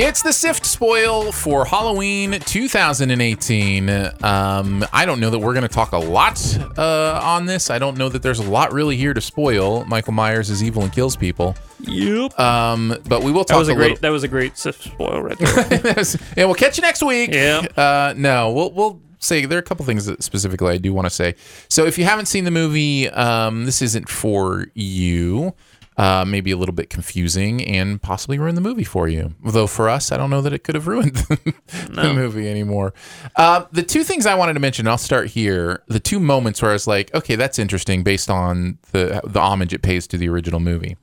It's the Sift spoil for Halloween 2018. Um, I don't know that we're going to talk a lot uh, on this. I don't know that there's a lot really here to spoil. Michael Myers is evil and kills people. Yep. Um, but we will talk that was a, a great. little- That was a great s- spoil right there. and we'll catch you next week. Yeah. Uh, no, we'll we'll say there are a couple things that specifically I do want to say. So if you haven't seen the movie, um, this isn't for you. Uh, maybe a little bit confusing and possibly ruin the movie for you. Though for us, I don't know that it could have ruined the, movie anymore. Uh, the two things I wanted to mention, I'll start here. The two moments where I was like, okay, that's interesting based on the the homage it pays to the original movie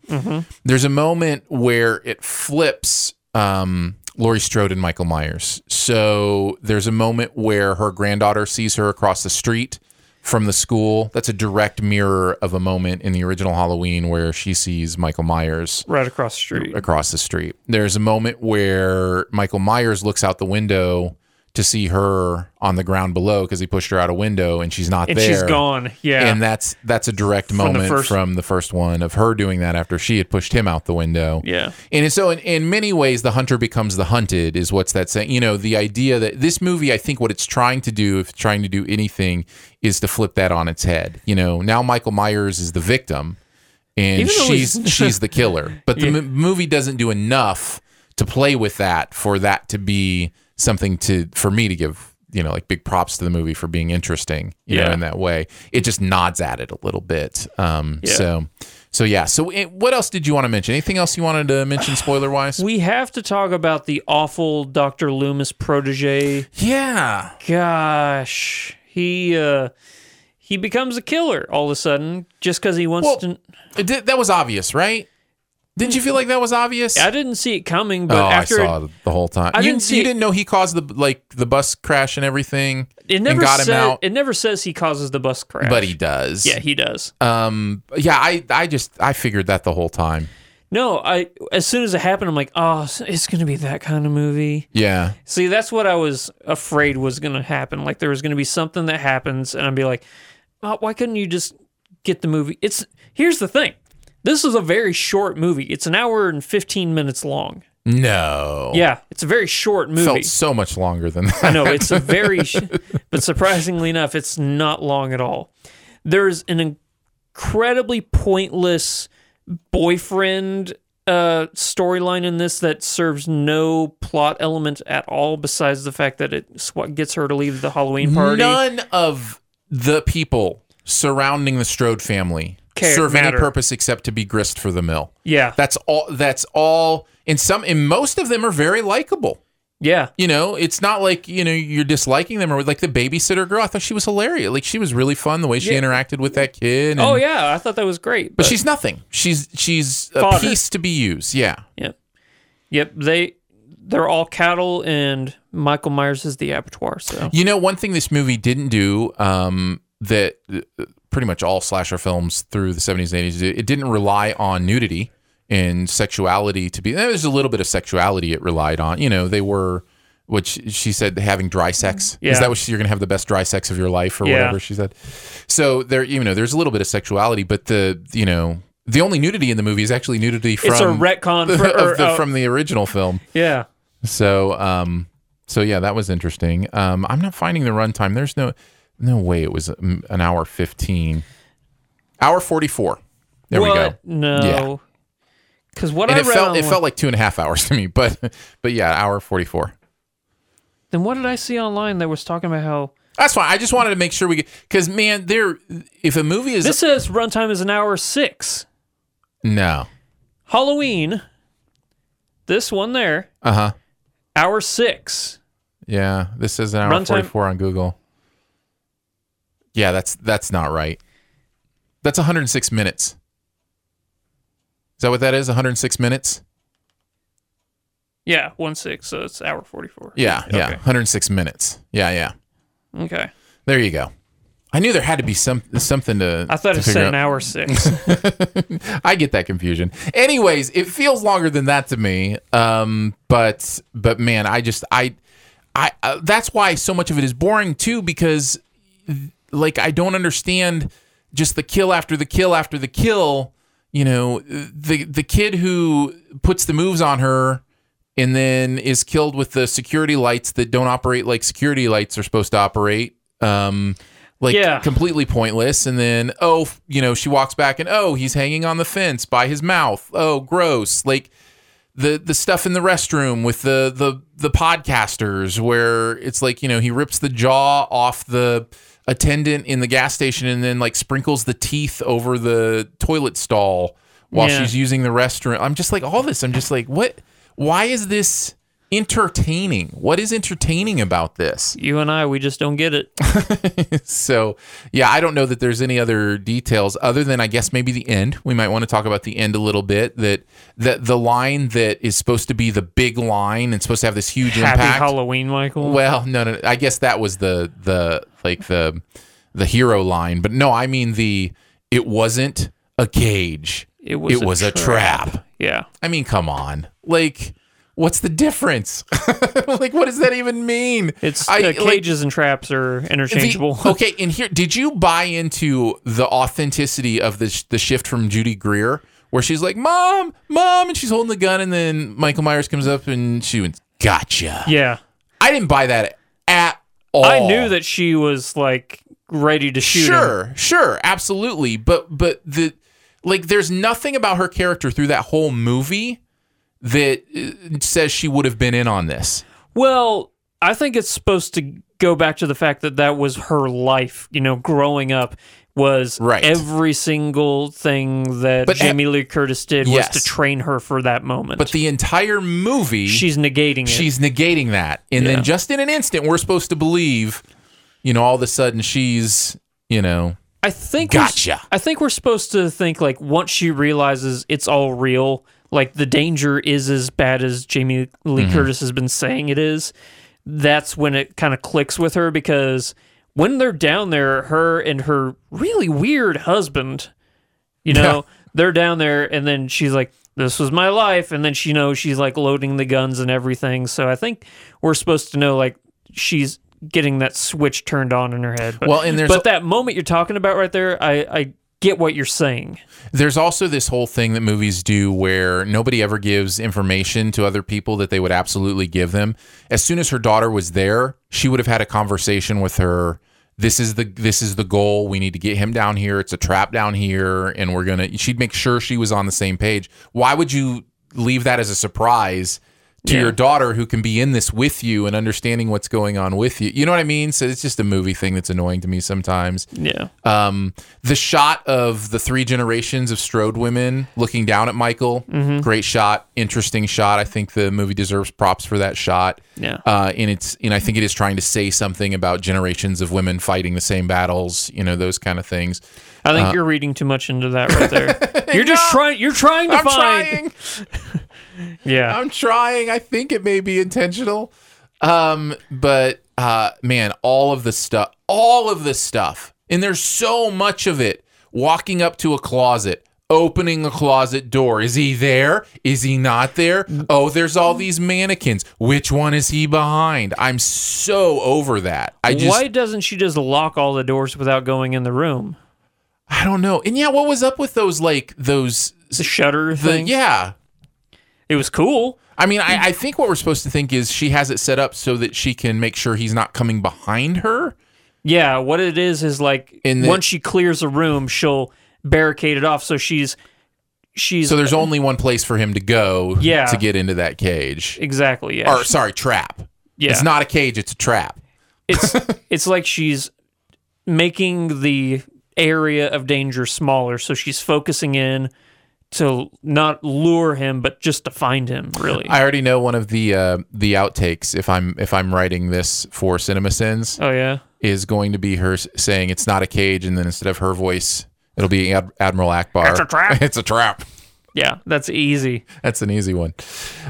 there's a moment where it flips um, Laurie Strode and Michael Myers. So there's a moment where her granddaughter sees her across the street from the school. That's a direct mirror of a moment in the original Halloween where she sees Michael Myers right across the street. across the street. There's a moment where Michael Myers looks out the window to see her on the ground below because he pushed her out a window and she's not And there she's gone. Yeah. and that's that's a direct the moment first- from the first one of her doing that after she had pushed him out the window. yeah. And so, in, in many ways, the hunter becomes the hunted, is what's that saying? You know, the idea that this movie, I think what it's trying to do, if it's trying to do anything, is to flip that on its head. You know, now Michael Myers is the victim and Even though she's he's- she's the killer. But the Yeah. m- movie doesn't do enough to play with that for that to be something to for me to give you know like big props to the movie for being interesting you know Yeah. in that way it just nods at it a little bit um Yeah. so so yeah so it, what else did you want to mention anything else you wanted to mention spoiler wise We have to talk about the awful Dr. Loomis protege. yeah Gosh, he uh, he becomes a killer all of a sudden just because he wants Well- to. It did- that was obvious right didn't you feel like that was obvious I didn't see it coming, but oh after i saw it, it the whole time I you, didn't see you it- didn't know he caused the like the bus crash and everything it and never got said- him out It never says he causes the bus crash, but he does yeah, he does. Um, yeah, I, I just, I figured that the whole time. No, I as soon as it happened, I'm like, oh, it's gonna be that kind of movie. Yeah. See, that's what I was afraid was gonna happen. Like there was gonna be something that happens, and I'd be like, oh, why couldn't you just get the movie? It's here's the thing. This is a very short movie. It's an hour and fifteen minutes long. No. Yeah, it's a very short movie. Oh. Felt so much longer than that. I know it's a very, sh- but surprisingly enough, it's not long at all. There's an incredibly pointless boyfriend uh, storyline in this that serves no plot element at all, besides the fact that it's what gets her to leave the Halloween party. None of the people surrounding the Strode family Care- serve any matter. purpose except to be grist for the mill. Yeah, That's all. That's all. And some, and most of them are very likable. yeah, You know, it's not like you know you're disliking them or like the babysitter girl. I thought she was hilarious. Like she was really fun the way she Yeah. interacted with that kid. and- oh yeah. I thought that was great, but, she's nothing. She's she's a Fodder. piece to be used. Yeah, Yep. Yep. They they're all cattle, and Michael Myers is the abattoir. So You know, one thing this movie didn't do um, that uh, pretty much all slasher films through the 70s and 80s did, it didn't rely on nudity and sexuality to be. There was a little bit of sexuality it relied on. You know, they were, which she said, having dry sex. Is Yeah. that what she, you're going to have the best dry sex of your life or Yeah. whatever she said? So there, you know, there's a little bit of sexuality, but the, you know, the only nudity in the movie is actually nudity from it's a retcon for, or, of the, uh, from the original film. yeah. So, um, so yeah, that was interesting. Um, I'm not finding the runtime. There's no, no way it was um, an hour 15, hour 44. There we go. What? No. Because what And I it read felt, it online- felt like two and a half hours to me, but, but yeah, hour 44. then what did I see online that was talking about how That's fine. I just wanted to make sure we get, cause man, there, if a movie is, this says runtime is an hour six. no, Halloween, this one there, uh huh. hour six. Yeah. This is an hour Runtime- 44 on Google. Yeah. That's, that's not right. That's 106 minutes. Is that what that is? 106 minutes? Yeah, one six. So it's hour forty four. Yeah, yeah. Okay. 106 minutes. Yeah, yeah. Okay. There you go. I knew there had to be some something to. I thought to it said figure an out. hour six. I get that confusion. Anyways, it feels longer than that to me. Um, but but man, I just I I uh, that's why so much of it is boring too because like I don't understand just the kill after the kill after the kill you know, the the kid who puts the moves on her and then is killed with the security lights that don't operate like security lights are supposed to operate. Um, like Yeah. completely pointless. And then oh, f- you know, she walks back and oh, he's hanging on the fence by his mouth. Oh, gross. Like the the stuff in the restroom with the the the podcasters where it's like you know he rips the jaw off the attendant in the gas station and then like sprinkles the teeth over the toilet stall while Yeah. she's using the restroom i'm just like all this i'm just like what why is this entertaining what is entertaining about this You and I, we just don't get it. so yeah i don't know that there's any other details other than i guess maybe the end we might want to talk about the end a little bit that that the line that is supposed to be the big line and supposed to have this huge Happy impact Halloween, Michael. well no, no no, i guess that was the the like the the hero line but no i mean the it wasn't a cage It was it a was a trap." trap yeah. I mean, come on. Like, what's the difference? like, what does that even mean? It's I- uh, like, cages and traps are the- interchangeable. okay, and here, did you buy into the authenticity of the sh- the shift from Judy Greer, where she's like, "Mom, mom," and she's holding the gun, and then Michael Myers comes up and she went, "Gotcha." yeah. I didn't buy that at all. I knew that she was like ready to shoot him. Sure, sure, absolutely. But but the like, there's nothing about her character through that whole movie that uh, says she would have been in on this. Well, I think it's supposed to go back to the fact that that was her life. You know, growing up was Right. every single thing that But- Jamie Lee Curtis did Yes. was to train her for that moment. But the entire movie, she's negating it. she's negating that. And Yeah. then just in an instant, we're supposed to believe, you know, all of a sudden she's, you know, I think we're- Gotcha. I think we're supposed to think like once she realizes it's all real, like the danger is as bad as Jamie Lee Mm-hmm. Curtis has been saying it is. That's when it kind of clicks with her because when they're down there, her and her really weird husband, you know, they're down there, and then she's like, "This was my life," and then she knows she's like loading the guns and everything. So I think we're supposed to know like she's getting that switch turned on in her head. But well, and there's but that moment you're talking about right there, I, I get what you're saying. there's also this whole thing that movies do where nobody ever gives information to other people that they would absolutely give them. As soon as her daughter was there, she would have had a conversation with her. This is the this is the goal. We need to get him down here. It's a trap down here, and we're gonna. She'd make sure she was on the same page. Why would you leave that as a surprise to Yeah. your daughter who can be in this with you and understanding what's going on with you? You know what I mean? So it's just a movie thing that's annoying to me sometimes. Yeah. Um, the shot of the three generations of Strode women looking down at Michael, great shot, interesting shot. I think the movie deserves props for that shot. Yeah. Uh, and it's and I think it is trying to say something about generations of women fighting the same battles, you know, those kind of things. I Uh, think you're reading too much into that right there. you're just trying you're trying to I'm find trying. Yeah. I'm trying. I think it may be intentional. Um, but uh, man, all of the stuff, all of the stuff, and there's so much of it. Walking up to a closet, opening a closet door. Is he there? Is he not there? Oh, there's all these mannequins. Which one is he behind? I'm so over that. I just, Why doesn't she just lock all the doors without going in the room? I don't know. And yeah, what was up with those like those? The shutter The, thing. yeah, It was cool. I mean, I, I think what we're supposed to think is she has it set up so that she can make sure he's not coming behind her. Yeah, what it is is like In the- once she clears a room, she'll barricade it off so she's she's So there's only one place for him to go Yeah. to get into that cage. exactly yeah. Or sorry, trap. yeah. It's not a cage, it's a trap. it's it's like she's making the area of danger smaller so she's focusing in to not lure him but just to find him really I already know one of the uh, the outtakes if I'm if I'm writing this for CinemaSins oh yeah is going to be her s- saying it's not a cage and then instead of her voice it'll be Ad- Admiral Akbar. It's a trap. it's a trap. yeah that's easy That's an easy one.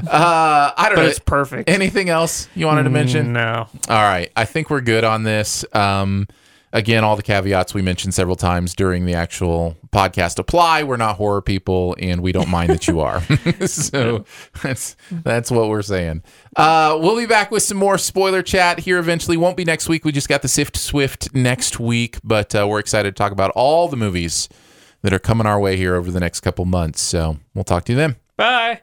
Uh, I don't but know. it's Mm. perfect Anything else you wanted to mention? no All right. I think we're good on this. Um, again, all the caveats we mentioned several times during the actual podcast apply. We're not horror people, and we don't mind that you are. so that's that's what we're saying. Uh, we'll be back with some more spoiler chat here eventually. Won't be next week. We just got the Sift Swift next week, but uh, we're excited to talk about all the movies that are coming our way here over the next couple months. So we'll talk to you then. Bye.